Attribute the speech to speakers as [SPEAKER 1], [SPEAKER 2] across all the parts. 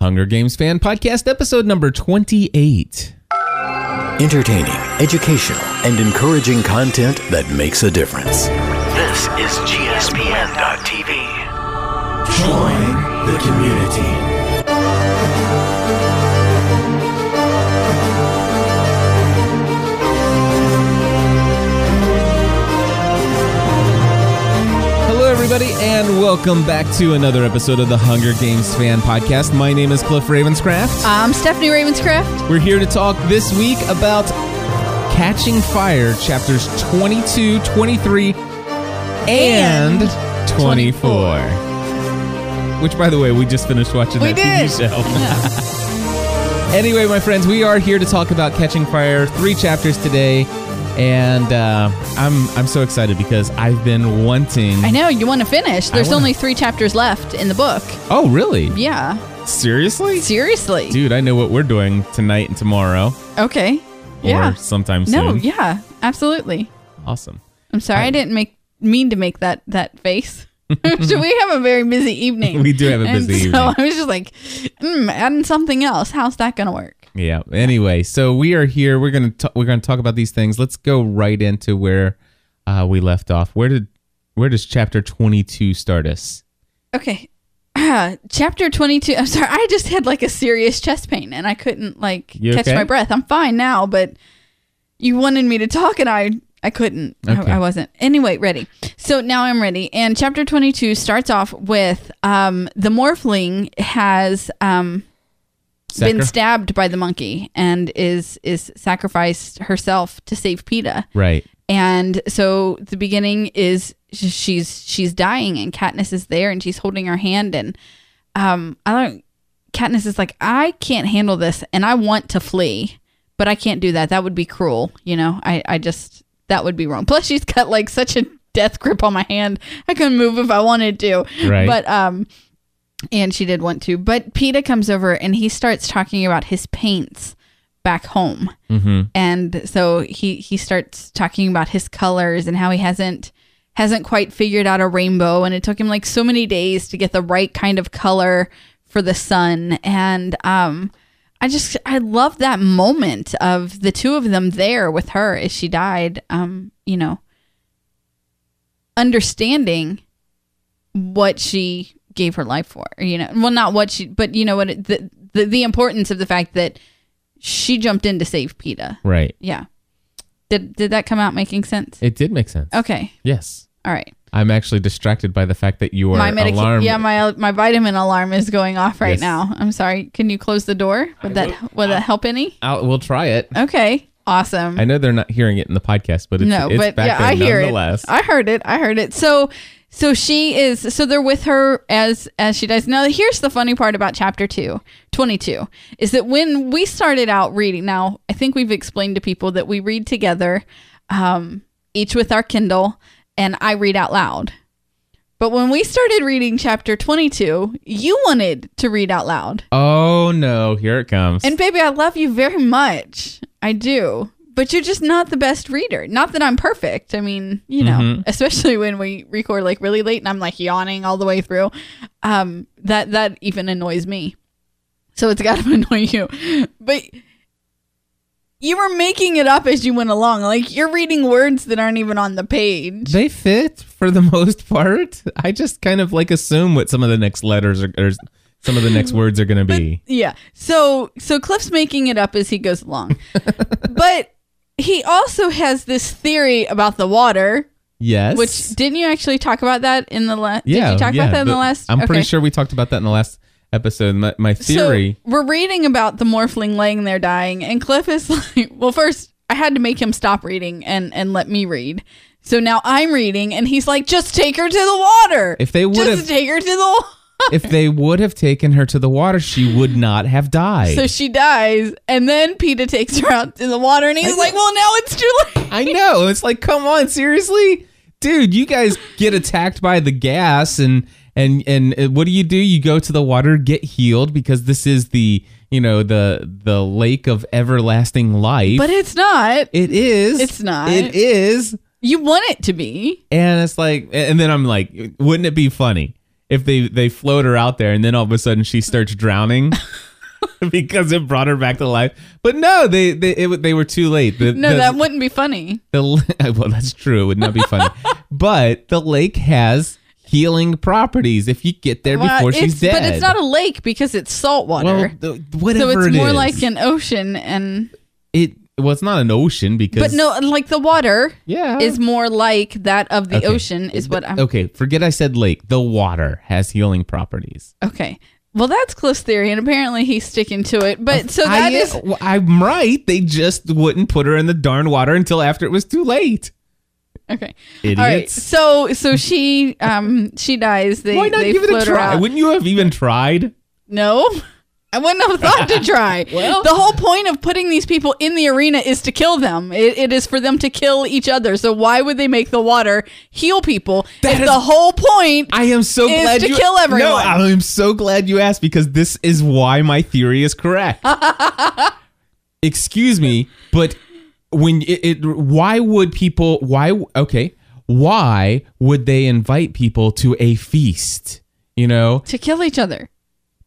[SPEAKER 1] Hunger Games Fan Podcast, episode number 28.
[SPEAKER 2] Entertaining, educational, and encouraging content that makes a difference.
[SPEAKER 3] This is GSPN.TV.
[SPEAKER 4] Join the community.
[SPEAKER 1] Hello, everybody, and welcome back to another episode of the Hunger Games Fan Podcast. My name is Cliff Ravenscraft.
[SPEAKER 5] I'm Um, Stephanie Ravenscraft.
[SPEAKER 1] We're here to talk this week about Catching Fire, chapters 22, 23, and 24. Which, by the way, we just finished watching
[SPEAKER 5] We
[SPEAKER 1] that TV
[SPEAKER 5] did.
[SPEAKER 1] show. Anyway, my friends, we are here to talk about Catching Fire, three chapters today, and uh, I'm I'm so excited because I've been wanting.
[SPEAKER 5] I know you want to finish. There's
[SPEAKER 1] wanna-
[SPEAKER 5] only three chapters left in the book.
[SPEAKER 1] Oh, really?
[SPEAKER 5] Yeah,
[SPEAKER 1] Seriously?
[SPEAKER 5] seriously.
[SPEAKER 1] Dude, I know what we're doing tonight and tomorrow,
[SPEAKER 5] okay.
[SPEAKER 1] or
[SPEAKER 5] yeah.
[SPEAKER 1] sometime soon.
[SPEAKER 5] No. Yeah. Absolutely.
[SPEAKER 1] Awesome.
[SPEAKER 5] I'm sorry I, didn't make mean to make that that face. so we have a very busy evening.
[SPEAKER 1] We do have a
[SPEAKER 5] And
[SPEAKER 1] busy
[SPEAKER 5] so
[SPEAKER 1] evening.
[SPEAKER 5] I was just like, mm, adding something else. How's that gonna work?
[SPEAKER 1] Yeah. Anyway, so we are here. We're gonna t- we're gonna talk about these things. Let's go right into where uh, we left off. Where did where does chapter twenty two start us?
[SPEAKER 5] Okay. chapter 22. I'm sorry. I just had like a serious chest pain and I couldn't like
[SPEAKER 1] You
[SPEAKER 5] catch
[SPEAKER 1] okay?
[SPEAKER 5] my breath. I'm fine now, but you wanted me to talk and I I couldn't.
[SPEAKER 1] Okay.
[SPEAKER 5] I, I wasn't. Anyway, ready. So now I'm ready. And chapter 22 starts off with um the morphling has um been
[SPEAKER 1] Sacri-
[SPEAKER 5] stabbed by the monkey and is is sacrificed herself to save PETA.
[SPEAKER 1] Right.
[SPEAKER 5] And so the beginning is sh- she's she's dying, and Katniss is there, and she's holding her hand, and um, I don't. Katniss is like, I can't handle this, and I want to flee, but I can't do that. That would be cruel, you know. I I just that would be wrong. Plus, she's got like such a death grip on my hand. I couldn't move if I wanted to.
[SPEAKER 1] Right.
[SPEAKER 5] But um, and she did want to. But Peta comes over, and he starts talking about his paints back home
[SPEAKER 1] Mm-hmm.
[SPEAKER 5] and so he he starts talking about his colors and how he hasn't hasn't quite figured out a rainbow and it took him like so many days to get the right kind of color for the sun and um i just i love that moment of the two of them there with her as she died um you know understanding what she gave her life for you know well not what she but you know what it, the, the the importance of the fact that she jumped in to save peta
[SPEAKER 1] Right.
[SPEAKER 5] yeah. Did did that come out making sense?
[SPEAKER 1] It did make sense.
[SPEAKER 5] Okay.
[SPEAKER 1] Yes.
[SPEAKER 5] All right.
[SPEAKER 1] I'm actually distracted by the fact that your
[SPEAKER 5] my medica-
[SPEAKER 1] alarm.
[SPEAKER 5] Yeah, my my vitamin alarm is going off right
[SPEAKER 1] Yes.
[SPEAKER 5] now. I'm sorry. Can you close the door? Would that would that help any?
[SPEAKER 1] I'll- we'll try it.
[SPEAKER 5] Okay. Awesome.
[SPEAKER 1] I know they're not hearing it in the podcast, but it's,
[SPEAKER 5] no,
[SPEAKER 1] it's
[SPEAKER 5] but
[SPEAKER 1] back
[SPEAKER 5] yeah,
[SPEAKER 1] there
[SPEAKER 5] I hear it.
[SPEAKER 1] nonetheless.
[SPEAKER 5] I heard it. I heard it. So so she is so they're with her as as she dies. Now here's the funny part about chapter 2, 22 is that when we started out reading. Now, I think we've explained to people that we read together um each with our Kindle and I read out loud. But when we started reading chapter 22, you wanted to read out loud.
[SPEAKER 1] oh no, here it comes.
[SPEAKER 5] And baby, I love you very much. I do. But you're just not the best reader. Not that I'm perfect. I mean, you know, especially when we record like really late and I'm like yawning all the way through. Um, that that even annoys me. So it's got to annoy you. But you were making it up as you went along. Like you're reading words that aren't even on the page.
[SPEAKER 1] they fit for the most part. I just kind of like assume what some of the next letters are, or some of the next words are going to be.
[SPEAKER 5] Yeah. So so Cliff's making it up as he goes along. but he also has this theory about the water,
[SPEAKER 1] Yes.
[SPEAKER 5] which didn't you actually talk about that in the last?
[SPEAKER 1] yeah,
[SPEAKER 5] did you talk
[SPEAKER 1] yeah,
[SPEAKER 5] about that in the,
[SPEAKER 1] but
[SPEAKER 5] last?
[SPEAKER 1] I'm
[SPEAKER 5] okay.
[SPEAKER 1] pretty sure we talked about that in the last episode. My, my theory.
[SPEAKER 5] So we're reading about the morphling laying there dying, and Cliff is like, "Well, first I had to make him stop reading and and let me read." So now I'm reading, and he's like, "Just take her to the water."
[SPEAKER 1] If they would
[SPEAKER 5] just
[SPEAKER 1] have-
[SPEAKER 5] take her to the. wa-"
[SPEAKER 1] if they would have taken her to the water, she would not have died.
[SPEAKER 5] So she dies, and then Peta takes her out to the water, and he's like, "Well, now it's too late."
[SPEAKER 1] I know. It's like, come on, seriously, dude. You guys get attacked by the gas, and and and uh, what do you do? You go to the water, get healed, because this is the you know the the lake of everlasting life.
[SPEAKER 5] But it's not.
[SPEAKER 1] it is.
[SPEAKER 5] It's not.
[SPEAKER 1] It is.
[SPEAKER 5] You want it to be.
[SPEAKER 1] And it's like, and then I'm like, wouldn't it be funny if they they float her out there, and then all of a sudden she starts drowning? because it brought her back to life. But no, they they it, wa- they were too late. The,
[SPEAKER 5] No,
[SPEAKER 1] the-
[SPEAKER 5] that wouldn't be funny.
[SPEAKER 1] the l- well, that's true. It would not be funny. but the lake has healing properties if you get there
[SPEAKER 5] Well,
[SPEAKER 1] before
[SPEAKER 5] it's-
[SPEAKER 1] she's dead.
[SPEAKER 5] But it's not a lake because it's salt
[SPEAKER 1] well,
[SPEAKER 5] water.
[SPEAKER 1] th- whatever
[SPEAKER 5] so
[SPEAKER 1] it
[SPEAKER 5] it's more
[SPEAKER 1] is.
[SPEAKER 5] like an ocean and
[SPEAKER 1] it. Well, it's not an ocean because
[SPEAKER 5] but no, like the water
[SPEAKER 1] yeah
[SPEAKER 5] is more like that of the
[SPEAKER 1] Okay.
[SPEAKER 5] ocean is what I'm
[SPEAKER 1] okay. Forget I said lake. The water has healing properties.
[SPEAKER 5] Okay. Well, that's close theory, and apparently he's sticking to it. But so that
[SPEAKER 1] I,
[SPEAKER 5] is
[SPEAKER 1] well, I'm right. They just wouldn't put her in the darn water until after it was too late.
[SPEAKER 5] okay.
[SPEAKER 1] Idiots.
[SPEAKER 5] All right. So so she um she dies. They
[SPEAKER 1] Why not
[SPEAKER 5] they
[SPEAKER 1] give it
[SPEAKER 5] float
[SPEAKER 1] a
[SPEAKER 5] her
[SPEAKER 1] try?
[SPEAKER 5] out.
[SPEAKER 1] Wouldn't you have even tried?
[SPEAKER 5] no. I wouldn't have thought to try. the whole point of putting these people in the arena is to kill them. It, it is for them to kill each other. So why would they make the water heal people?
[SPEAKER 1] That
[SPEAKER 5] if
[SPEAKER 1] is-
[SPEAKER 5] the whole point.
[SPEAKER 1] I am so
[SPEAKER 5] Is
[SPEAKER 1] glad
[SPEAKER 5] to
[SPEAKER 1] you
[SPEAKER 5] kill everyone.
[SPEAKER 1] No, I am so glad you asked because this is why my theory is correct. Excuse me, but when it, it why would people why okay why would they invite people to a feast? You know,
[SPEAKER 5] to kill each other.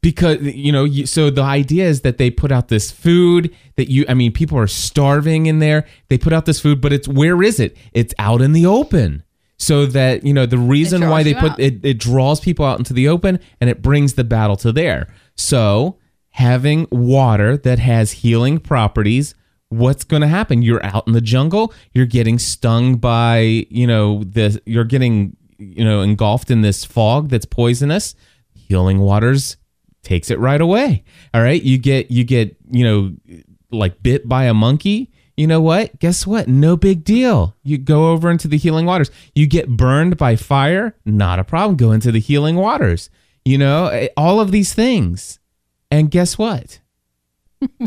[SPEAKER 1] because you know you, so the idea is that they put out this food that you i mean people are starving in there they put out this food but it's where is it it's out in the open so that you know the reason
[SPEAKER 5] draws
[SPEAKER 1] why they
[SPEAKER 5] you
[SPEAKER 1] put
[SPEAKER 5] out.
[SPEAKER 1] it, it draws people out into the open and it brings the battle to there so having water that has healing properties what's going to happen you're out in the jungle you're getting stung by you know the you're getting you know engulfed in this fog that's poisonous healing waters takes it right away. All right, you get you get you know like bit by a monkey. You know what? Guess what? No big deal. You go over into the healing waters. You get burned by fire, not a problem. Go into the healing waters. You know eh, all of these things, and guess what?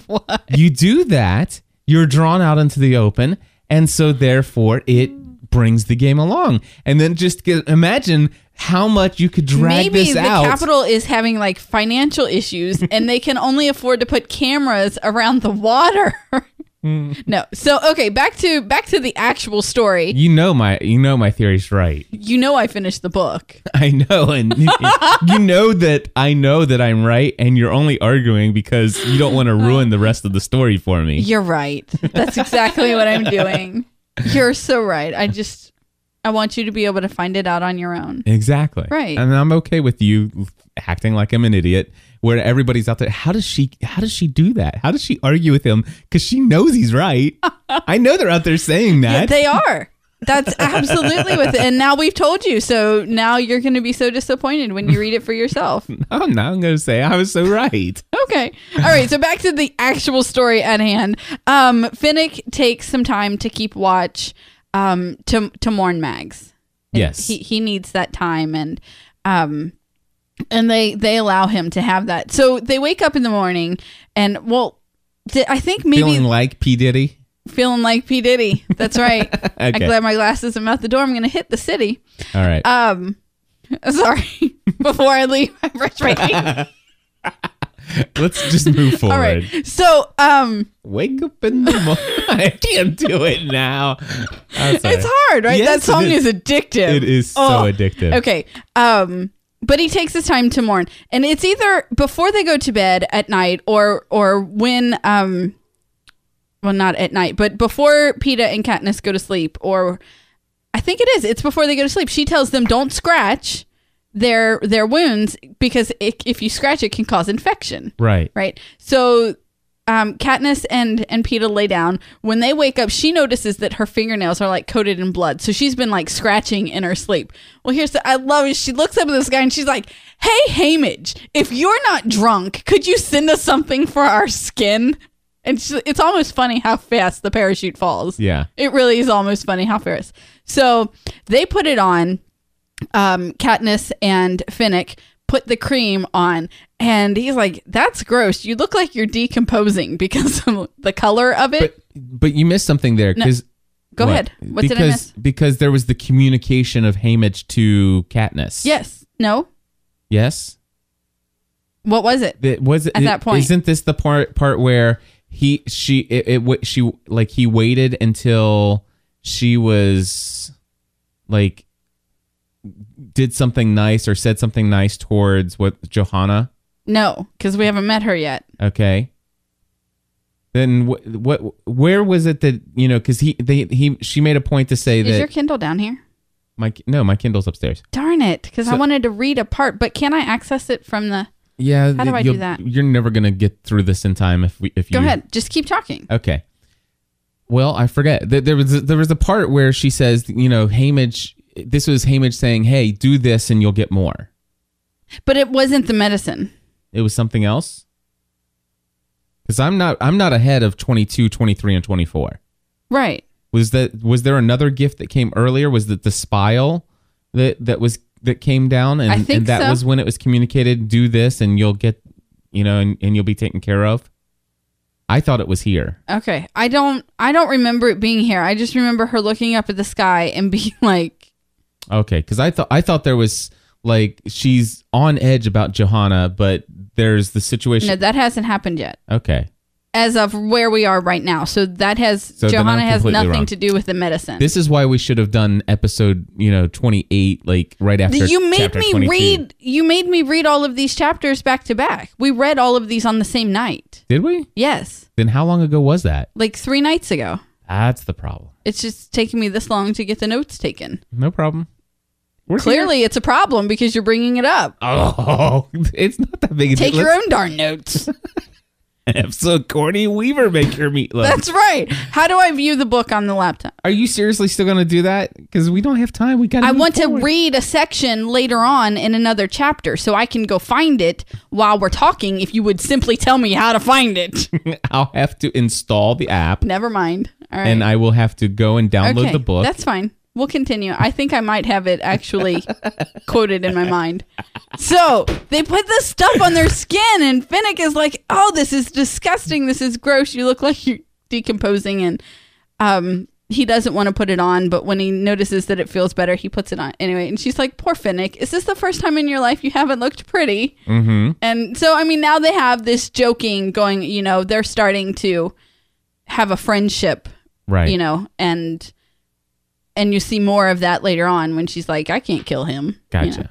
[SPEAKER 1] what you do that, you're drawn out into the open, and so therefore it brings the game along. And then just get, imagine how much you could drag
[SPEAKER 5] Maybe
[SPEAKER 1] this
[SPEAKER 5] the
[SPEAKER 1] out.
[SPEAKER 5] capital is having like financial issues and they can only afford to put cameras around the water. no. So okay, back to back to the actual story.
[SPEAKER 1] You know my you know my theory's right.
[SPEAKER 5] You know I finished the book.
[SPEAKER 1] I know and you know that I know that I'm right and you're only arguing because you don't want to ruin the rest of the story for me.
[SPEAKER 5] You're right. That's exactly what I'm doing. You're so right. I just I want you to be able to find it out on your own.
[SPEAKER 1] Exactly.
[SPEAKER 5] Right.
[SPEAKER 1] And I'm okay with you acting like I'm an idiot where everybody's out there how does she how does she do that? How does she argue with him cuz she knows he's right? I know they're out there saying that.
[SPEAKER 5] They are. That's absolutely with it. And now we've told you. So now you're going to be so disappointed when you read it for yourself.
[SPEAKER 1] Oh, I'm not going to say I was so right.
[SPEAKER 5] Okay. All right. So back to the actual story at hand. Um, Finnick takes some time to keep watch um, to to mourn Mags.
[SPEAKER 1] yes.
[SPEAKER 5] He he needs that time and um, and they they allow him to have that. So they wake up in the morning and well, di- I think maybe
[SPEAKER 1] Feeling
[SPEAKER 5] feeling like,
[SPEAKER 1] like P Diddy.
[SPEAKER 5] P Diddy. That's right. I
[SPEAKER 1] Okay.
[SPEAKER 5] grab my glasses. I'm out the door. I'm gonna hit the city.
[SPEAKER 1] All right.
[SPEAKER 5] Um, sorry. Before I leave, I brush my teeth.
[SPEAKER 1] Let's just move forward.
[SPEAKER 5] All right. So um.
[SPEAKER 1] Wake up in the morning. I can't do it now. I'm sorry.
[SPEAKER 5] It's hard, right?
[SPEAKER 1] Yes,
[SPEAKER 5] that song
[SPEAKER 1] it is.
[SPEAKER 5] is. addictive. Oh.
[SPEAKER 1] It is so addictive.
[SPEAKER 5] Okay. Um but he takes his time to mourn. And it's either before they go to bed at night or or when um well not at night, but before PETA and Katniss go to sleep or I think it is. It's before they go to sleep. She tells them don't scratch their their wounds because it, if you scratch it can cause infection
[SPEAKER 1] Right.
[SPEAKER 5] right? So um, Katniss and and Peeta lay down. When they wake up, she notices that her fingernails are like coated in blood. So she's been like scratching in her sleep. Well, here's the I love it. She looks up at this guy and she's like, "Hey, Hamage, if you're not drunk, could you send us something for our skin?" And she, it's almost funny how fast the parachute falls.
[SPEAKER 1] Yeah.
[SPEAKER 5] It really is almost funny how fierce. So they put it on. Um, Katniss and Finnick put the cream on, and he's like, "That's gross. You look like you're decomposing because of the color of
[SPEAKER 1] But
[SPEAKER 5] it."
[SPEAKER 1] but you missed something there because
[SPEAKER 5] Go ahead. What
[SPEAKER 1] because,
[SPEAKER 5] did I miss?
[SPEAKER 1] Because there was the communication of Hamish to Katniss.
[SPEAKER 5] Yes. No.
[SPEAKER 1] Yes.
[SPEAKER 5] What was it?
[SPEAKER 1] That was
[SPEAKER 5] At that point.
[SPEAKER 1] Isn't this the part part where he she it, it wa- she like he waited until she was like did something nice or said something nice towards what Johanna
[SPEAKER 5] No, because we haven't met her yet.
[SPEAKER 1] Okay. Then wh- what? Where was it that you know? Because he they he she made a point to say
[SPEAKER 5] Is
[SPEAKER 1] that
[SPEAKER 5] your Kindle down here?
[SPEAKER 1] my no my Kindle's upstairs.
[SPEAKER 5] Darn it, because I
[SPEAKER 1] So-
[SPEAKER 5] wanted to read a part, but can I access it from the?
[SPEAKER 1] Yeah.
[SPEAKER 5] How do I do
[SPEAKER 1] you'll-
[SPEAKER 5] that?
[SPEAKER 1] You're never gonna get through this in time if we if
[SPEAKER 5] Go
[SPEAKER 1] you
[SPEAKER 5] ahead, just keep talking.
[SPEAKER 1] Okay. Well, I forget. Th- There was there was a part where she says, you know, Hamish. This was Hamish saying, "Hey, do this and you'll get more."
[SPEAKER 5] But it wasn't the medicine.
[SPEAKER 1] It was something else. Because I'm not I'm not ahead of 22, 23, and 24.
[SPEAKER 5] Right.
[SPEAKER 1] Was that was there another gift that came earlier? Was that the spile that that was that came down and,
[SPEAKER 5] I think
[SPEAKER 1] and that
[SPEAKER 5] so.
[SPEAKER 1] was when it was communicated, do this and you'll get you know, and, and you'll be taken care of? I thought it was here.
[SPEAKER 5] Okay. I don't I don't remember it being here. I just remember her looking up at the sky and being like,
[SPEAKER 1] Okay, because I thought I thought there was like she's on edge about Johanna, but there's the situation
[SPEAKER 5] "No, that hasn't happened yet."
[SPEAKER 1] Okay.
[SPEAKER 5] As of where we are right now. So that has
[SPEAKER 1] So then
[SPEAKER 5] Johanna
[SPEAKER 1] I'm
[SPEAKER 5] has
[SPEAKER 1] completely
[SPEAKER 5] nothing
[SPEAKER 1] wrong.
[SPEAKER 5] to do with the medicine.
[SPEAKER 1] This is why we should have done episode, you know, 28, like right after.
[SPEAKER 5] you made
[SPEAKER 1] chapter
[SPEAKER 5] me
[SPEAKER 1] 22.
[SPEAKER 5] read you made me read all of these chapters back to back. We read all of these on the same night.
[SPEAKER 1] Did we?
[SPEAKER 5] Yes.
[SPEAKER 1] Then how long ago was that?
[SPEAKER 5] Like 3 nights ago.
[SPEAKER 1] That's the problem.
[SPEAKER 5] It's just taking me this long to get the notes taken.
[SPEAKER 1] No problem. We're
[SPEAKER 5] Clearly it's a problem because you're bringing it up.
[SPEAKER 1] here. Oh, it's not that big a
[SPEAKER 5] Take
[SPEAKER 1] deal.
[SPEAKER 5] your own darn notes.
[SPEAKER 1] Let's have some Courtney Weaver make your meatloaf.
[SPEAKER 5] That's right. How do I view the book on the laptop?
[SPEAKER 1] Are you seriously still going to do that? Because we don't have time. We got.
[SPEAKER 5] I want to read a section later on in another chapter so I can go find it while we're talking if you would simply tell me how to find it.
[SPEAKER 1] I'll have to install the app,
[SPEAKER 5] Never mind. All right.
[SPEAKER 1] and I will have to go and download the book.
[SPEAKER 5] That's fine. We'll continue. I think I might have it actually quoted in my mind. So they put this stuff on their skin, and Finnick is like, "Oh, this is disgusting. This is gross. You look like you're decomposing." And um, he doesn't want to put it on, but when he notices that it feels better, he puts it on anyway. And she's like, "Poor Finnick. Is this the first time in your life you haven't looked pretty?" Mm-hmm. And so, I mean, now they have this joking going. You know, they're starting to have a friendship
[SPEAKER 1] right.
[SPEAKER 5] you know and and you see more of that later on when she's like i can't kill him you
[SPEAKER 1] Gotcha.
[SPEAKER 5] know.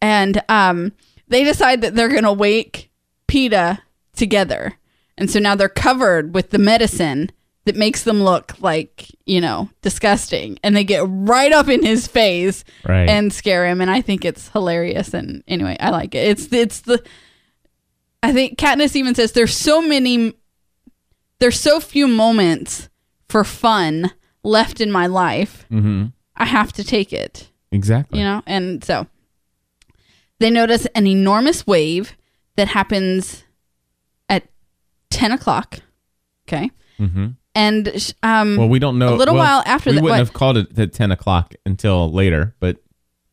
[SPEAKER 5] and um they decide that they're gonna wake peta together and so now they're covered with the medicine that makes them look like you know disgusting and they get right up in his face
[SPEAKER 1] Right.
[SPEAKER 5] and scare him and i think it's hilarious and anyway i like it it's it's the i think katniss even says there's so many there's so few moments for fun left in my life
[SPEAKER 1] mm-hmm.
[SPEAKER 5] i have to take it
[SPEAKER 1] Exactly.
[SPEAKER 5] you know and so they notice an enormous wave that happens at 10 o'clock okay
[SPEAKER 1] Mm-hmm.
[SPEAKER 5] and sh- um
[SPEAKER 1] Well, we don't know.
[SPEAKER 5] a little
[SPEAKER 1] well,
[SPEAKER 5] while after
[SPEAKER 1] we
[SPEAKER 5] that-
[SPEAKER 1] wouldn't
[SPEAKER 5] what?
[SPEAKER 1] have called it at ten o'clock until later. But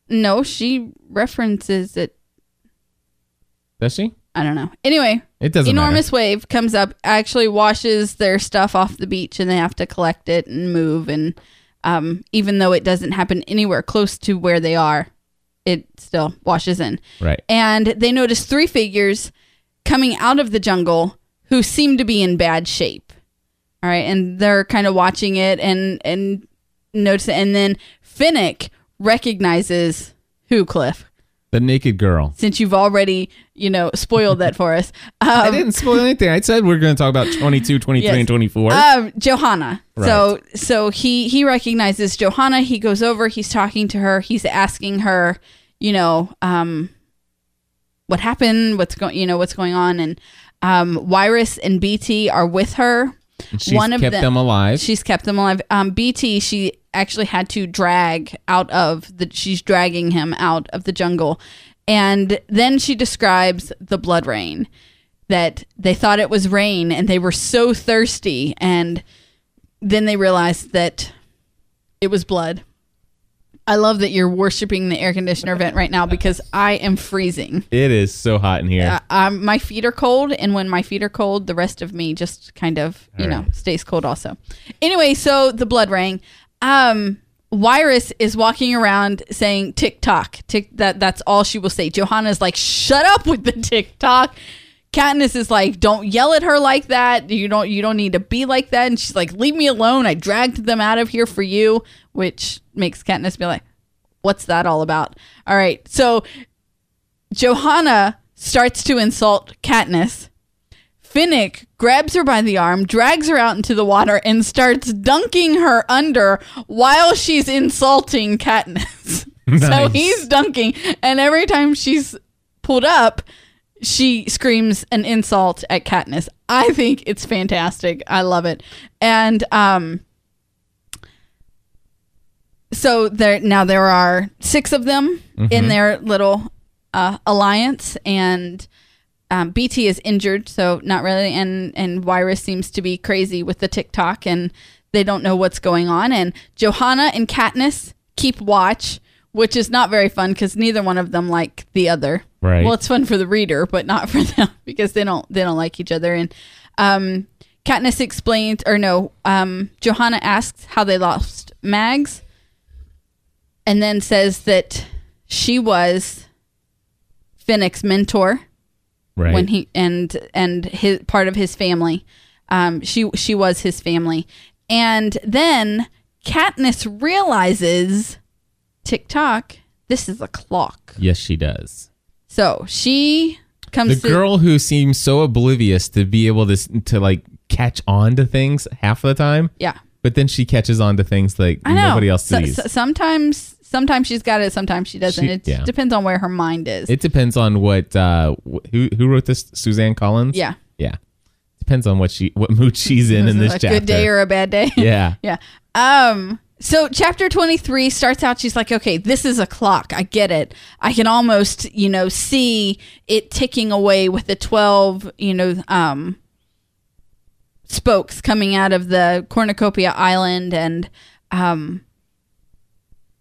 [SPEAKER 5] no she references it
[SPEAKER 1] does she?
[SPEAKER 5] i don't know anyway
[SPEAKER 1] It doesn't
[SPEAKER 5] enormous wave comes up actually washes their stuff off the beach and they have to collect it and move and um, even though it doesn't happen anywhere close to where they are it still washes in
[SPEAKER 1] matter. Right.
[SPEAKER 5] and they notice three figures coming out of the jungle who seem to be in bad shape all right and they're kind of watching it and and notice it and then finnick recognizes who cliff
[SPEAKER 1] The naked girl.
[SPEAKER 5] since you've already you know spoiled that for us um,
[SPEAKER 1] I didn't spoil anything. I said we are going to talk about 22, 23,
[SPEAKER 5] Yes.
[SPEAKER 1] and 24.
[SPEAKER 5] Um, Johanna. So so he he recognizes Johanna. He goes over. He's talking to her. He's asking her, you know, um, what happened? What's going? You know, what's going on? And um, Wyrus and BT are with her.
[SPEAKER 1] She's kept them, alive.
[SPEAKER 5] She's kept them alive. Um, BT, she actually had to drag out of the. She's dragging him out of the jungle, and then she describes the blood rain. That they thought it was rain, and they were so thirsty, and then they realized that it was blood. I love that you're worshiping the air conditioner vent right now because I am freezing.
[SPEAKER 1] it is so hot in here.
[SPEAKER 5] Uh, um, my feet are cold, and when my feet are cold, the rest of me just kind of, you know, stays cold also. Anyway, so the blood ring. Um, Wyrus is walking around saying tick tock. Tick that that's all she will say. Johanna's like, shut up with the tick tock. Katniss is like, don't yell at her like that. You don't you don't need to be like that. And she's like, leave me alone. I dragged them out of here for you, which makes Katniss be like, what's that all about? All right. So Johanna starts to insult Katniss. Finnick grabs her by the arm, drags her out into the water, and starts dunking her under while she's insulting Katniss. so
[SPEAKER 1] Nice.
[SPEAKER 5] he's dunking, and every time she's pulled up, she screams an insult at Katniss. I think it's fantastic. I love it. And um so there now there are 6 of them in their little uh alliance and um, BT is injured, so not really. And and Virus seems to be crazy with the TikTok, and they don't know what's going on. And Johanna and Katniss keep watch, which is not very fun because neither one of them like the other.
[SPEAKER 1] Right.
[SPEAKER 5] Well, it's fun for the reader, but not for them because they don't they don't like each other. And um, Katniss explains, or no, um, Johanna asks how they lost Mags, and then says that she was Finnick's mentor
[SPEAKER 1] Right.
[SPEAKER 5] when he and and his part of his family. Um, she she was his family, and then Katniss realizes tick tock. This is a clock,
[SPEAKER 1] yes, she does.
[SPEAKER 5] so she
[SPEAKER 1] The
[SPEAKER 5] comes. to,
[SPEAKER 1] girl who seems so oblivious to be able to s- to like catch on to things half the time,
[SPEAKER 5] yeah,
[SPEAKER 1] but then she catches on to things like
[SPEAKER 5] I know.
[SPEAKER 1] nobody else
[SPEAKER 5] So-
[SPEAKER 1] sees.
[SPEAKER 5] so- sometimes sometimes she's got it, sometimes she doesn't.
[SPEAKER 1] She-
[SPEAKER 5] it
[SPEAKER 1] yeah.
[SPEAKER 5] depends on where her mind is.
[SPEAKER 1] It depends on what uh wh- who who wrote this Suzanne Collins.
[SPEAKER 5] yeah,
[SPEAKER 1] Yeah. Depends on what she what mood she's in in this
[SPEAKER 5] This is a
[SPEAKER 1] chapter.
[SPEAKER 5] good day or a bad day.
[SPEAKER 1] yeah.
[SPEAKER 5] Yeah. Um so chapter 23 starts out she's like okay this is a clock i get it i can almost you know see it ticking away with the 12 you know um spokes coming out of the cornucopia island and um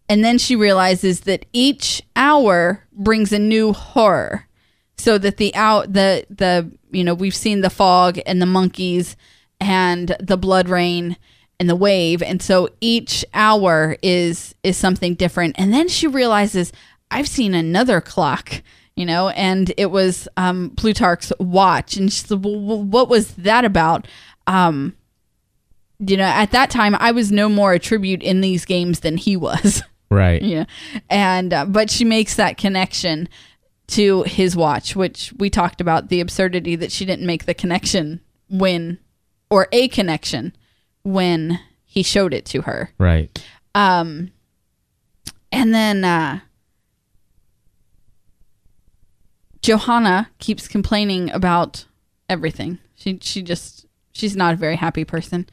[SPEAKER 5] and then she realizes that each hour brings a new horror so that the out the the you know we've seen the fog and the monkeys and the blood rain and the wave and so each hour is is something different and then she realizes i've seen another clock you know and it was um plutarch's watch and she's like well, well, what was that about um you know at that time i was no more a tribute in these games than he was
[SPEAKER 1] Right.
[SPEAKER 5] yeah. And uh, but she makes that connection to his watch, which we talked about the absurdity that she didn't make the connection when or a connection when he showed it to her.
[SPEAKER 1] Right.
[SPEAKER 5] And then uh, Johanna keeps complaining about everything. She she just she's not a very happy person.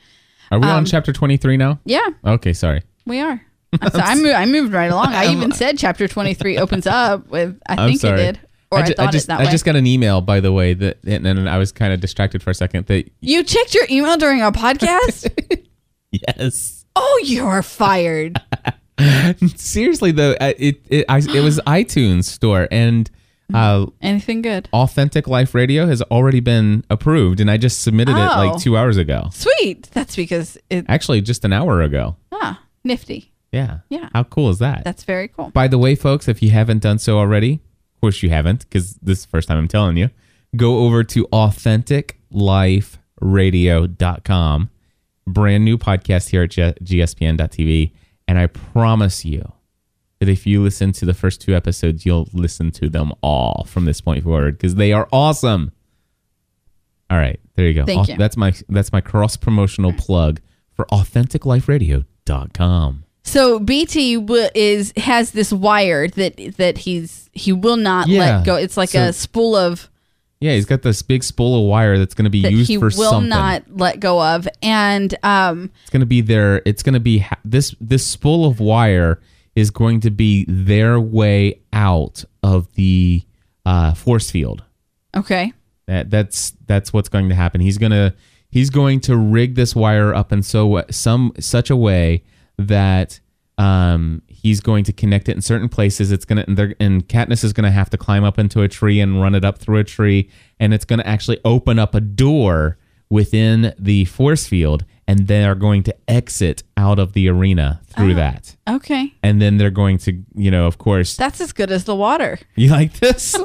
[SPEAKER 1] Are
[SPEAKER 5] Um,
[SPEAKER 1] we on chapter 23 now?
[SPEAKER 5] Yeah,
[SPEAKER 1] Okay, sorry.
[SPEAKER 5] we are. I'm sorry, I, moved, I moved right along. I even said chapter 23 opens up with I
[SPEAKER 1] I'm
[SPEAKER 5] think
[SPEAKER 1] sorry.
[SPEAKER 5] it did, or I,
[SPEAKER 1] ju-
[SPEAKER 5] thought
[SPEAKER 1] just,
[SPEAKER 5] it that
[SPEAKER 1] I
[SPEAKER 5] way.
[SPEAKER 1] just got an email, by the way, that and then I was kind of distracted for a second. That
[SPEAKER 5] You checked your email during our podcast?
[SPEAKER 1] yes,
[SPEAKER 5] oh, you're fired.
[SPEAKER 1] seriously though, uh, it it, I, it was iTunes store and uh,
[SPEAKER 5] Anything good?
[SPEAKER 1] Authentic Life Radio has already been approved, and I just submitted it
[SPEAKER 5] Oh.
[SPEAKER 1] like two hours ago.
[SPEAKER 5] Sweet. That's because it
[SPEAKER 1] Actually, just an hour ago.
[SPEAKER 5] ah, nifty.
[SPEAKER 1] Yeah.
[SPEAKER 5] Yeah.
[SPEAKER 1] How cool is that?
[SPEAKER 5] That's very cool.
[SPEAKER 1] By the way, folks, if you haven't done so already, of course you haven't, because this is the first time I'm telling you, go over to authenticliferadio.com, brand new podcast here at G- gspn.tv. And I promise you that if you listen to the first two episodes, you'll listen to them all from this point forward because they are awesome. All right, there you go.
[SPEAKER 5] Thank you.
[SPEAKER 1] That's my that's my cross promotional plug for authenticliferadio.com.
[SPEAKER 5] So BT w- is has this wire that that he's he will not
[SPEAKER 1] Yeah.
[SPEAKER 5] let go. It's like
[SPEAKER 1] So-
[SPEAKER 5] a spool of
[SPEAKER 1] Yeah, he's got this big spool of wire that's going to be
[SPEAKER 5] that
[SPEAKER 1] used
[SPEAKER 5] he
[SPEAKER 1] for
[SPEAKER 5] will
[SPEAKER 1] something.
[SPEAKER 5] not let go of. And um
[SPEAKER 1] It's going to be their. It's going to be ha- this. This spool of wire is going to be their way out of the uh, force field.
[SPEAKER 5] okay.
[SPEAKER 1] That that's that's what's going to happen. He's gonna he's going to rig this wire up in so some such a way that um he's going to connect it in certain places. It's gonna and, they're, and Katniss is gonna have to climb up into a tree and run it up through a tree, and it's gonna actually open up a door within the force field, and they are going to exit out of the arena through that.
[SPEAKER 5] Okay.
[SPEAKER 1] And then they're going to, you know, of course,
[SPEAKER 5] That's as good as the water.
[SPEAKER 1] you like this?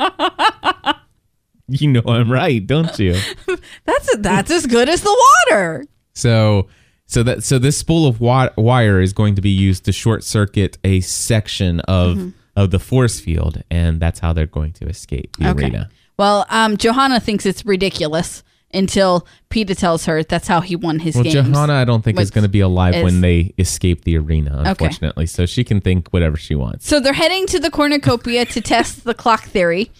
[SPEAKER 1] you know I'm right, don't you?
[SPEAKER 5] That's that's as good as the water.
[SPEAKER 1] So so that
[SPEAKER 5] Mm-hmm.
[SPEAKER 1] so this spool of wi- wire is going to be used to short circuit a section of of the force field, and that's how they're going to escape the arena.
[SPEAKER 5] Well, um, Johanna thinks it's ridiculous until Peter tells her that's how he won his
[SPEAKER 1] Well,
[SPEAKER 5] games.
[SPEAKER 1] Johanna, I don't think is
[SPEAKER 5] Which
[SPEAKER 1] going to be alive
[SPEAKER 5] is-
[SPEAKER 1] when they escape the arena, unfortunately. So she can think whatever she wants.
[SPEAKER 5] So they're heading to the cornucopia to test the clock theory.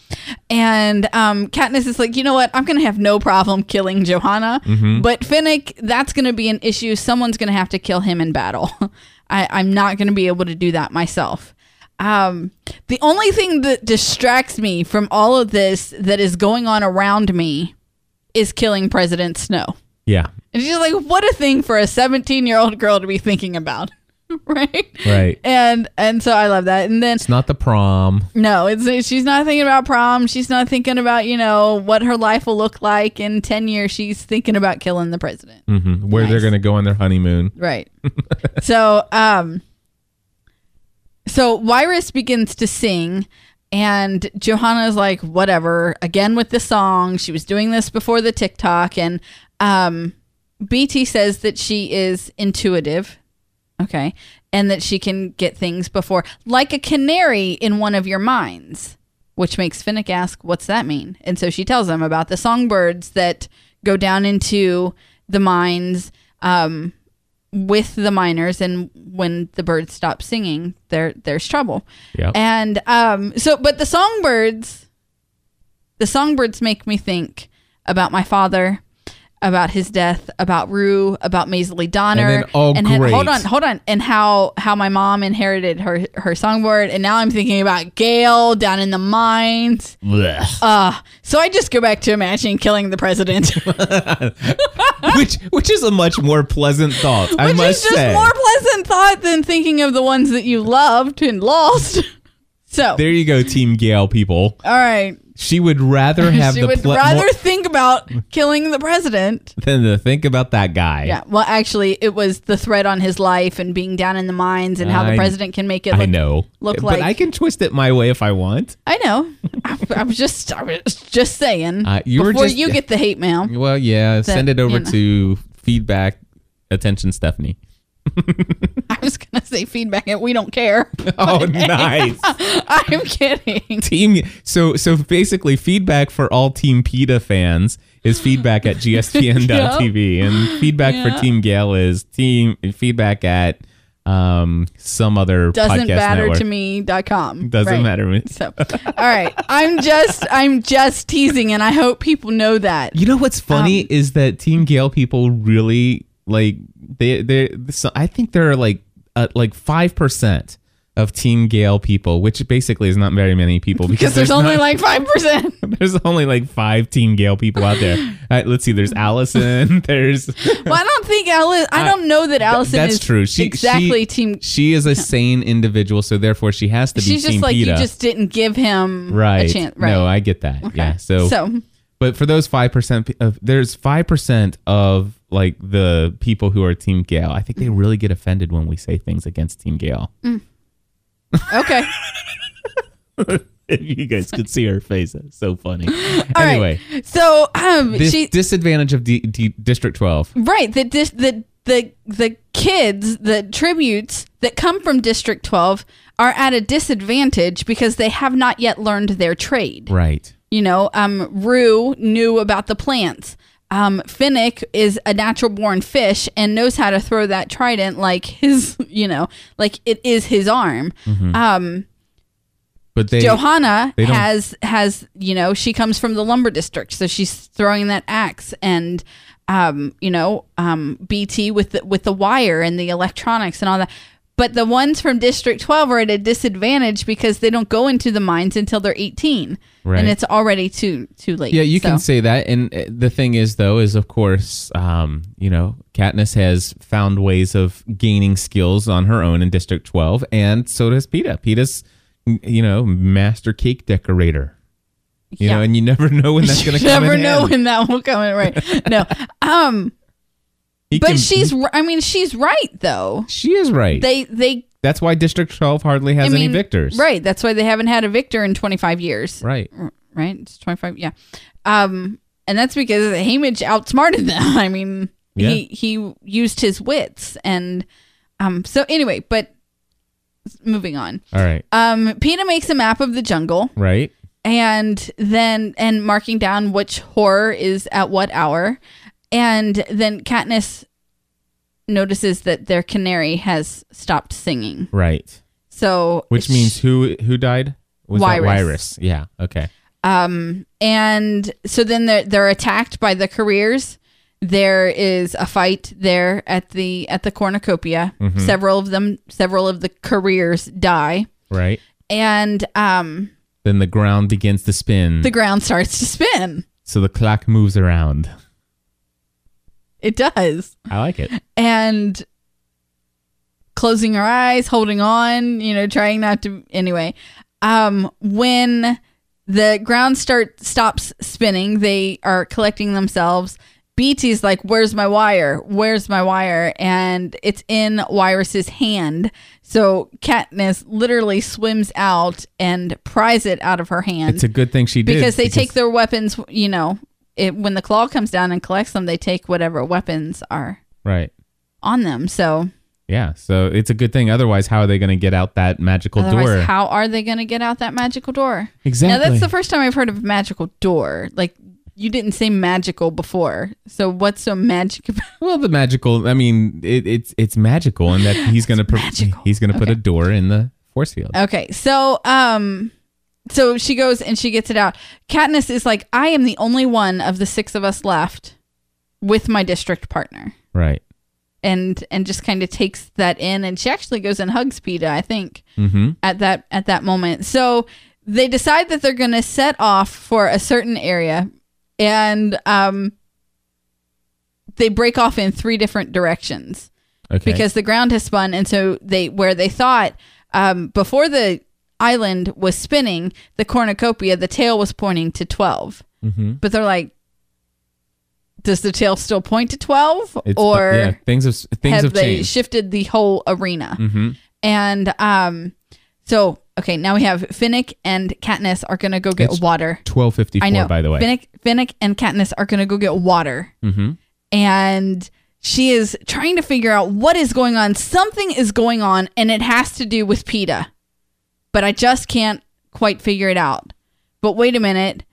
[SPEAKER 5] And um, Katniss is like, you know what? I'm going to have no problem killing Johanna. But Finnick, that's going to be an issue. Someone's going to have to kill him in battle. I, I'm not going to be able to do that myself. Um, the only thing that distracts me from all of this that is going on around me is killing President Snow.
[SPEAKER 1] Yeah,
[SPEAKER 5] And she's like, what a thing for a 17 year old girl to be thinking about. right?
[SPEAKER 1] right.
[SPEAKER 5] And and so I love that. And then
[SPEAKER 1] It's not the prom.
[SPEAKER 5] no, it's she's not thinking about prom. She's not thinking about you know what her life will look like in ten years. She's thinking about killing the president.
[SPEAKER 1] Mhm. Where they're
[SPEAKER 5] Nice.
[SPEAKER 1] going to go on their honeymoon.
[SPEAKER 5] Right. so, um, so Wyrus begins to sing, and Johanna's like, whatever, again with the song. She was doing this before the TikTok, and um, BT says that she is intuitive. Okay. And that she can get things before, like a canary in one of your minds, which makes Finnick ask, What's that mean? And so she tells him about the songbirds that go down into the mines um, with the miners and when the birds stop singing there there's trouble
[SPEAKER 1] Yep.
[SPEAKER 5] and um so but the songbirds the songbirds make me think about my father about his death about rue about Maisley donner
[SPEAKER 1] And then, oh,
[SPEAKER 5] ha-
[SPEAKER 1] great.
[SPEAKER 5] hold on hold on and how how my mom inherited her her songbird and now i'm thinking about gail down in the mines
[SPEAKER 1] Blech.
[SPEAKER 5] uh so i just go back to imagining killing the president
[SPEAKER 1] which which is a much more pleasant thought, I
[SPEAKER 5] Which
[SPEAKER 1] must
[SPEAKER 5] is just
[SPEAKER 1] say.
[SPEAKER 5] more pleasant thought than thinking of the ones that you loved and lost. So,
[SPEAKER 1] there you go, Team Gale people.
[SPEAKER 5] all right.
[SPEAKER 1] She would rather have
[SPEAKER 5] She
[SPEAKER 1] the
[SPEAKER 5] would
[SPEAKER 1] ple-
[SPEAKER 5] rather
[SPEAKER 1] more-
[SPEAKER 5] think about killing the president.
[SPEAKER 1] than to think about that guy.
[SPEAKER 5] Yeah. Well, actually, it was the threat on his life and being down in the mines and how the
[SPEAKER 1] I-
[SPEAKER 5] president can make it look.
[SPEAKER 1] I know.
[SPEAKER 5] look
[SPEAKER 1] but
[SPEAKER 5] like-
[SPEAKER 1] I can twist it my way if I want.
[SPEAKER 5] I know. I, I was just, I was just saying.
[SPEAKER 1] Uh, you were
[SPEAKER 5] before
[SPEAKER 1] just- Mm.
[SPEAKER 5] you get the hate mail.
[SPEAKER 1] Well, yeah. send it over
[SPEAKER 5] you know.
[SPEAKER 1] to feedback. Attention, Stephanie.
[SPEAKER 5] I was gonna say feedback, and we don't care.
[SPEAKER 1] Oh, nice.
[SPEAKER 5] I'm kidding.
[SPEAKER 1] team. So, so basically, feedback for all Team PETA fans is feedback at gspn.tv, and feedback
[SPEAKER 5] Yeah.
[SPEAKER 1] for Team Gale is team feedback at um some other
[SPEAKER 5] Doesn't
[SPEAKER 1] podcast
[SPEAKER 5] matter
[SPEAKER 1] network.
[SPEAKER 5] to me.com.
[SPEAKER 1] Doesn't
[SPEAKER 5] Right.
[SPEAKER 1] matter.
[SPEAKER 5] So, all right, I'm just I'm just teasing, and I hope people know that.
[SPEAKER 1] You know what's
[SPEAKER 5] Um,
[SPEAKER 1] funny is that Team Gale people really like they they. So I think there are like uh, like five percent of Team Gale people, which basically is not very many people
[SPEAKER 5] Because there's, only
[SPEAKER 1] not-
[SPEAKER 5] like five percent.
[SPEAKER 1] there's only like five Team Gale people out there. All right, let's see. There's Allison. There's
[SPEAKER 5] Well, I don't think Alice. I don't know that Allison.
[SPEAKER 1] that's
[SPEAKER 5] is
[SPEAKER 1] true. She
[SPEAKER 5] exactly
[SPEAKER 1] she,
[SPEAKER 5] team.
[SPEAKER 1] She is a sane individual, so therefore she has to be
[SPEAKER 5] She's just
[SPEAKER 1] Team
[SPEAKER 5] like
[SPEAKER 1] PETA.
[SPEAKER 5] you. Just didn't give him
[SPEAKER 1] right.
[SPEAKER 5] a chance. Right.
[SPEAKER 1] No, I get that. Yeah. So
[SPEAKER 5] so
[SPEAKER 1] But for those five percent of there's five percent of like the people who are Team Gale, I think they really get offended when we say things against Team Gale.
[SPEAKER 5] okay.
[SPEAKER 1] If you guys could see her face, it's so funny.
[SPEAKER 5] All right.
[SPEAKER 1] anyway,
[SPEAKER 5] So um,
[SPEAKER 1] this
[SPEAKER 5] she
[SPEAKER 1] disadvantage of D- D- District Twelve.
[SPEAKER 5] right the dis- the the the kids the tributes that come from District 12 are at a disadvantage because they have not yet learned their trade.
[SPEAKER 1] Right.
[SPEAKER 5] You know, um, Rue knew about the plants. Um, Finnick is a natural born fish and knows how to throw that trident like his, you know, like it is his arm. Um,
[SPEAKER 1] But they
[SPEAKER 5] Johanna
[SPEAKER 1] they don't-
[SPEAKER 5] has has you know she comes from the lumber district, so she's throwing that axe and um, you know um, BT with the, with the wire and the electronics and all that. But the ones from District 12 are at a disadvantage because they don't go into the mines until they're 18,
[SPEAKER 1] Right.
[SPEAKER 5] and it's already too too late.
[SPEAKER 1] Yeah, you
[SPEAKER 5] So-
[SPEAKER 1] can say that. And uh, the thing is, though, is of course, um, you know, Katniss has found ways of gaining skills on her own in District 12, and so does PETA. PETA's, you know, master cake decorator. You
[SPEAKER 5] Yeah.
[SPEAKER 1] know, and you never know when that's going to
[SPEAKER 5] you
[SPEAKER 1] come.
[SPEAKER 5] never
[SPEAKER 1] in
[SPEAKER 5] know
[SPEAKER 1] handy.
[SPEAKER 5] when that will come in. Right? no, um,
[SPEAKER 1] He
[SPEAKER 5] but
[SPEAKER 1] can-
[SPEAKER 5] she's r- I mean she's right though.
[SPEAKER 1] she is right.
[SPEAKER 5] They they
[SPEAKER 1] that's why District 12 hardly has
[SPEAKER 5] I mean
[SPEAKER 1] any victors.
[SPEAKER 5] Right. That's why they haven't had a victor in 25 years.
[SPEAKER 1] Right.
[SPEAKER 5] right? It's 25. Yeah. Um, and that's because Hamish outsmarted them. I mean, he he used his wits and um so anyway, but moving on.
[SPEAKER 1] All right.
[SPEAKER 5] Um, Pina makes a map of the jungle
[SPEAKER 1] Right.
[SPEAKER 5] and then and marking down which horror is at what hour. And then Katniss notices that their canary has stopped singing.
[SPEAKER 1] Right.
[SPEAKER 5] So
[SPEAKER 1] Which
[SPEAKER 5] sh-
[SPEAKER 1] means who who died? Was that
[SPEAKER 5] Wyrus.
[SPEAKER 1] Wyrus? Yeah. Okay.
[SPEAKER 5] and so then they're they're attacked by the careers. There is a fight there at the at the cornucopia. Several of them, several of the careers die,
[SPEAKER 1] Right.
[SPEAKER 5] and um,
[SPEAKER 1] Then the ground begins to spin.
[SPEAKER 5] the ground starts to spin.
[SPEAKER 1] so the clock moves around.
[SPEAKER 5] It does,
[SPEAKER 1] I like it.
[SPEAKER 5] and closing her eyes, holding on, you know, trying not to. Anyway, um, when the ground start stops spinning, they are collecting themselves. BT's like, "Where's my wire? Where's my wire?" And it's in Wyrus's hand. So Katniss literally swims out and pries it out of her hand
[SPEAKER 1] It's a good thing she did
[SPEAKER 5] because they take their weapons. You know, it, when the claw comes down and collects them, they take whatever weapons are
[SPEAKER 1] right.
[SPEAKER 5] on them. So
[SPEAKER 1] Yeah. So it's a good thing. Otherwise, how are they going to get out that magical
[SPEAKER 5] otherwise,
[SPEAKER 1] door?
[SPEAKER 5] how are they going to get out that magical door? Now
[SPEAKER 1] Exactly.
[SPEAKER 5] that's the first time I've heard of a magical door. Like you didn't say magical before, so what's so magic about?
[SPEAKER 1] well, the magical. I mean, it, it's it's magical, and that he's going to
[SPEAKER 5] magical. Oh.
[SPEAKER 1] he's going to put a door in the force field.
[SPEAKER 5] Okay, so um, so she goes and she gets it out. Katniss is like, I am the only one of the six of us left with my district partner.
[SPEAKER 1] right.
[SPEAKER 5] and and just kind of takes that in and she actually goes and hugs Peta, I think,
[SPEAKER 1] Mm-hmm.
[SPEAKER 5] at that at that moment. So they decide that they're going to set off for a certain area and um they break off in three different directions
[SPEAKER 1] Okay.
[SPEAKER 5] because the ground has spun and so they where they thought um before the island was spinning, the cornucopia, the tail was pointing to 12.
[SPEAKER 1] mm-hmm.
[SPEAKER 5] But they're like does the tail still point to 12
[SPEAKER 1] It's,
[SPEAKER 5] or
[SPEAKER 1] yeah, things have things
[SPEAKER 5] have,
[SPEAKER 1] have
[SPEAKER 5] they
[SPEAKER 1] changed.
[SPEAKER 5] shifted the whole arena?
[SPEAKER 1] mm-hmm.
[SPEAKER 5] And um, so okay, now we have Finnick and Katniss are gonna go get
[SPEAKER 1] It's
[SPEAKER 5] water.
[SPEAKER 1] Twelve fifty
[SPEAKER 5] I know.
[SPEAKER 1] four. By the way.
[SPEAKER 5] Finnick, Finnick and Katniss are gonna go get water,
[SPEAKER 1] mm-hmm.
[SPEAKER 5] and she is trying to figure out what is going on. Something is going on, and it has to do with Peta, but I just can't quite figure it out. But wait a minute,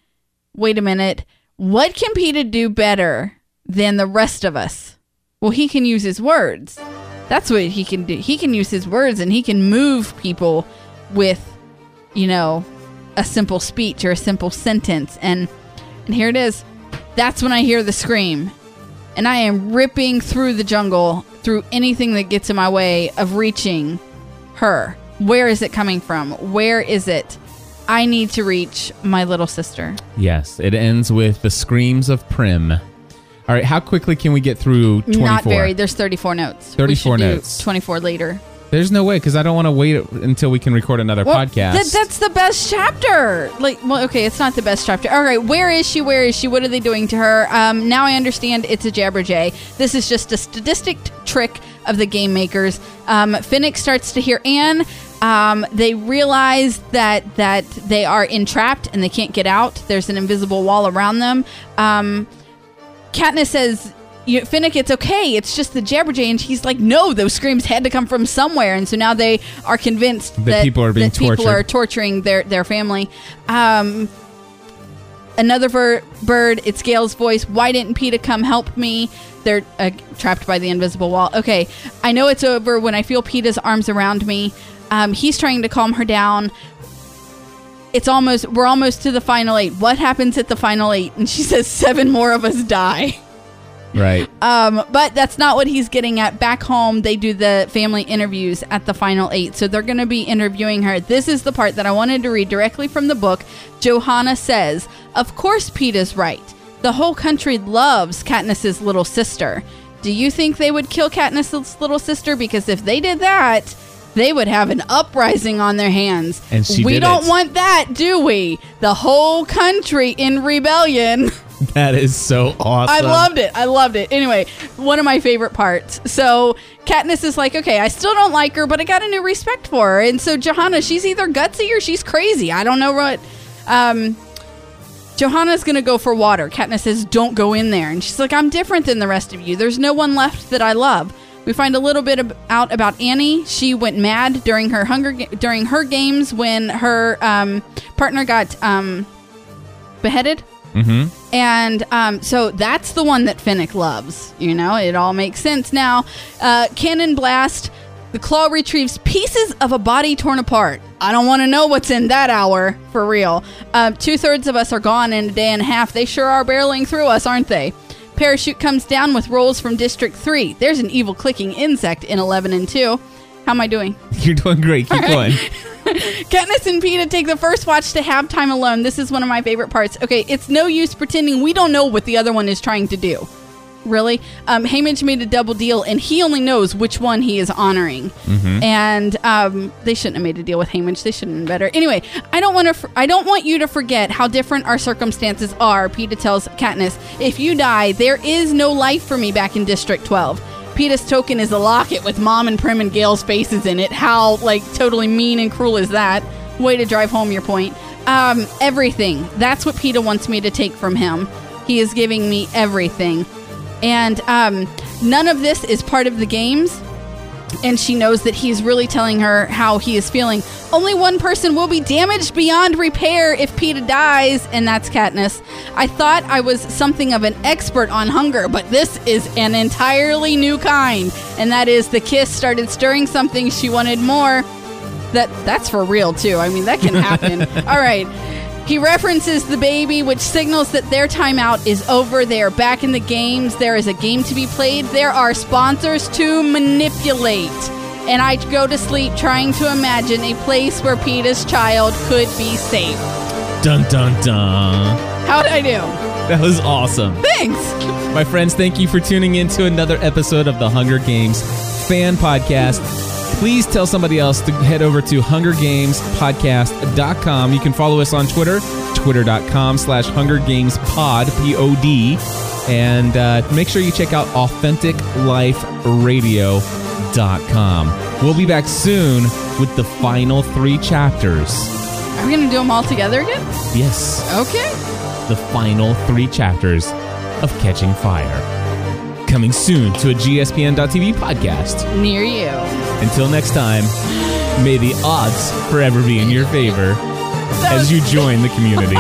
[SPEAKER 5] wait a minute. What can Peta do better than the rest of us? Well, he can use his words. That's what he can do. He can use his words and he can move people with, you know, a simple speech or a simple sentence. And and here it is. That's when I hear the scream. And I am ripping through the jungle, through anything that gets in my way of reaching her. Where is it coming from? Where is it? I need to reach my little sister.
[SPEAKER 1] Yes, it ends with the screams of Prim. All right, how quickly can we get through 24?
[SPEAKER 5] Not very. There's 34 notes. We
[SPEAKER 1] 34
[SPEAKER 5] should do
[SPEAKER 1] notes.
[SPEAKER 5] 24 later.
[SPEAKER 1] There's no way because I don't want to wait until we can record another
[SPEAKER 5] Well,
[SPEAKER 1] podcast.
[SPEAKER 5] That, that's the best chapter. Like, well, okay, it's not the best chapter. All right, where is she? Where is she? What are they doing to her? Um, now I understand it's a Jabberjay. This is just a statistic t- trick of the game makers. Um, Finnick starts to hear Anne. Um, they realize that that they are entrapped and they can't get out. There's an invisible wall around them. Um, Katniss says, you, Finnick, it's okay. It's just the Jabberjay. And she's like, no, those screams had to come from somewhere. And so now they are convinced
[SPEAKER 1] That people are being
[SPEAKER 5] that people
[SPEAKER 1] tortured.
[SPEAKER 5] are torturing their, their family. Um, another ver- bird, it's Gail's voice. Why didn't Peta come help me? They're uh, trapped by the invisible wall. Okay, I know it's over when I feel Peta's arms around me. Um, he's trying to calm her down it's almost we're almost to the final eight what happens at the final eight and she says seven more of us die
[SPEAKER 1] right.
[SPEAKER 5] um, but that's not what he's getting at back home they do the family interviews at the final eight so they're going to be interviewing her this is the part that i wanted to read directly from the book johanna says of course peta's right the whole country loves katniss's little sister do you think they would kill katniss's little sister because if they did that they would have an uprising on their hands
[SPEAKER 1] And she
[SPEAKER 5] we
[SPEAKER 1] did
[SPEAKER 5] don't
[SPEAKER 1] it.
[SPEAKER 5] want that do we the whole country in rebellion
[SPEAKER 1] that is so
[SPEAKER 5] I
[SPEAKER 1] awesome.
[SPEAKER 5] loved it. I loved it. Anyway, one of my favorite parts. So Katniss is like, okay, I still don't like her, but I got a new respect for her. And so Johanna, she's either gutsy or she's crazy. I don't know what. Um, Johanna's gonna go for water. Katniss says, "Don't go in there," and she's like, "I'm different than the rest of you. There's no one left that I love." We find a little bit ab- out about Annie. She went mad during her hunger ga- during her games when her um, partner got um, beheaded.
[SPEAKER 1] Mm-hmm.
[SPEAKER 5] And um, so that's the one that Finnick loves. You know, it all makes sense now. Uh, cannon blast. The claw retrieves pieces of a body torn apart. I don't want to know what's in that hour, for real. Um, Two thirds of us are gone in a day and a half. They sure are barreling through us, aren't they? Parachute comes down with rolls from District 3. There's an evil clicking insect in 11 and 2. How am I doing?
[SPEAKER 1] You're doing great. Keep going.
[SPEAKER 5] Katniss and Peeta take the first watch to have time alone. This is one of my favorite parts. Okay, it's no use pretending we don't know what the other one is trying to do. Really? Um, Haymitch made a double deal, and he only knows which one he is honoring. And um, they shouldn't have made a deal with Haymitch. They shouldn't have been better. Anyway, I don't want to. Fr- I don't want you to forget how different our circumstances are. Peeta tells Katniss, "If you die, there is no life for me back in District 12." Peta's token is a locket with Mom and Prim and Gail's faces in it. How, like, totally mean and cruel is that? Way to drive home your point. Um, everything. That's what Peta wants me to take from him. He is giving me everything. And um, none of this is part of the games. And she knows that he's really telling her how he is feeling. Only one person will be damaged beyond repair if Peta dies, and that's Katniss. I thought I was something of an expert on hunger, but this is an entirely new kind. And that is the kiss started stirring something she wanted more. That that's for real too. I mean, that can happen. All right. He references the baby, which signals that their timeout is over. They are back in the games. There is a game to be played. There are sponsors to manipulate. And I go to sleep trying to imagine a place where Peeta's child could be safe.
[SPEAKER 1] dun dun dun.
[SPEAKER 5] How would I do?
[SPEAKER 1] That was awesome.
[SPEAKER 5] Thanks.
[SPEAKER 1] My friends, thank you for tuning in to another episode of the Hunger Games fan podcast. Please tell somebody else to head over to hungergamespodcast.com. You can follow us on Twitter, twitter.com slash hungergamespod, P-O-D. And uh, make sure you check out authenticliferadio.com. We'll be back soon with the final three chapters.
[SPEAKER 5] Are we gonna do them all together again?
[SPEAKER 1] Yes
[SPEAKER 5] Okay.
[SPEAKER 1] the final three chapters of Catching Fire. Coming soon to a GSPN.TV podcast.
[SPEAKER 5] Near you.
[SPEAKER 1] Until next time, may the odds forever be in your favor as you join the community.